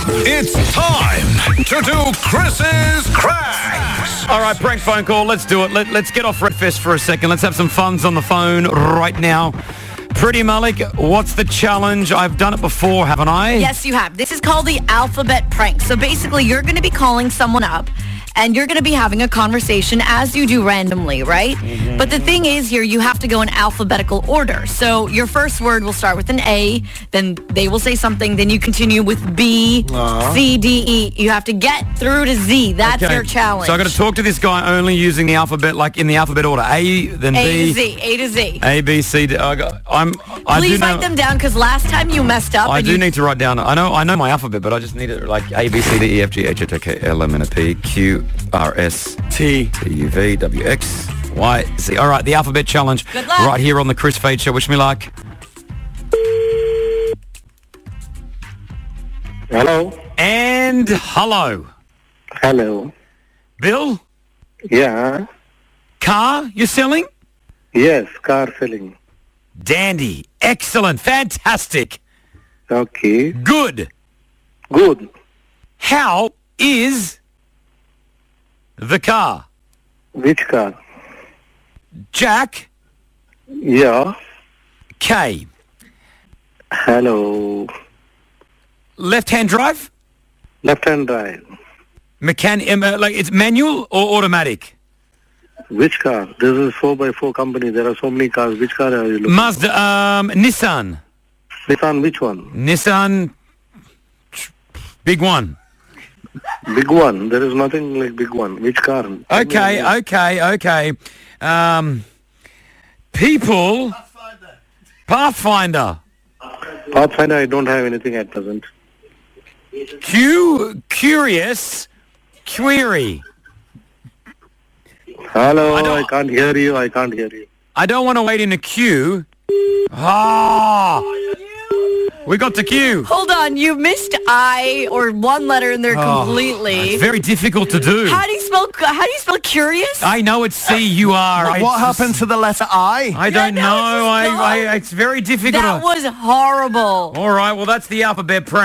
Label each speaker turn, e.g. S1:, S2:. S1: It's time to do Chris's Cracks.
S2: All right, prank phone call. Let's do it. Let, us get off Red Fest for a second. Let's have some funs on the phone right now. Pretty Malik, what's the challenge? I've done it before, haven't I?
S3: Yes, you have. This is called the alphabet prank. So basically, you're going to be calling someone up and you're going to be having a conversation as you do randomly, right?
S2: Mm-hmm.
S3: But the thing is here, you have to go in alphabetical order. So your first word will start with an A, then they will say something, then you continue with B, C, D, E. You have to get through to Z. That's
S2: Okay.
S3: your challenge.
S2: So I've got to talk to this guy only using the alphabet, like in the alphabet order. A, then
S3: A
S2: B,
S3: to Z, A to Z.
S2: A, B, C, D. I got, I'm, I do
S3: Please
S2: know,
S3: write them down because last time you messed up.
S2: I
S3: and
S2: do
S3: you,
S2: need to write down. I know, I know my alphabet, but I just need it like A, B, C, D, E, F, G, H, I, J, K, L, M, N, O, P, Q, R, S,
S4: T.
S2: T, U, V, W, X, Y, Z. All right, the alphabet challenge
S3: Good luck.
S2: right here on the Chris Fade Show. Wish me luck.
S5: Hello.
S2: And hello,
S5: Hello.
S2: Bill.
S5: Yeah.
S2: Car you're selling?
S5: Yes, car selling.
S2: Dandy. Excellent. Fantastic.
S5: Okay.
S2: Good.
S5: Good.
S2: How is the car?
S5: Which car?
S2: Jack
S5: Yeah.
S2: K.
S5: Hello.
S2: Left-hand drive?
S5: Left hand drive.
S2: Mechan- um, uh, like it's manual or automatic?
S5: Which car? This is 4x4 company. There are so many cars. Which car are you looking
S2: Mazda, um, Nissan.
S5: Nissan, which one?
S2: Nissan, big one.
S5: Big one. There is nothing like big one. Which car?
S2: Okay, okay, okay. Um, people, Pathfinder.
S5: Pathfinder, I don't have anything at present.
S2: Q, curious, query.
S5: Hello.
S2: I
S5: I,
S2: don't-
S5: can't hear you. I can't hear you.
S2: I don't want to wait in a queue. Ah, we got the queue.
S3: Hold on, you missed I or one letter in there
S2: Oh,
S3: completely.
S2: It's very difficult to do.
S3: How do you spell? How do you spell curious?
S2: I know it's C U R. I
S4: What
S2: just-
S4: happened to the letter I?
S2: I don't
S3: Yeah,
S2: know.
S3: no, it's just
S2: I,
S3: gone.
S2: I, it's very difficult.
S3: that
S2: to-
S3: was horrible.
S2: All right. Well, that's the alphabet prank.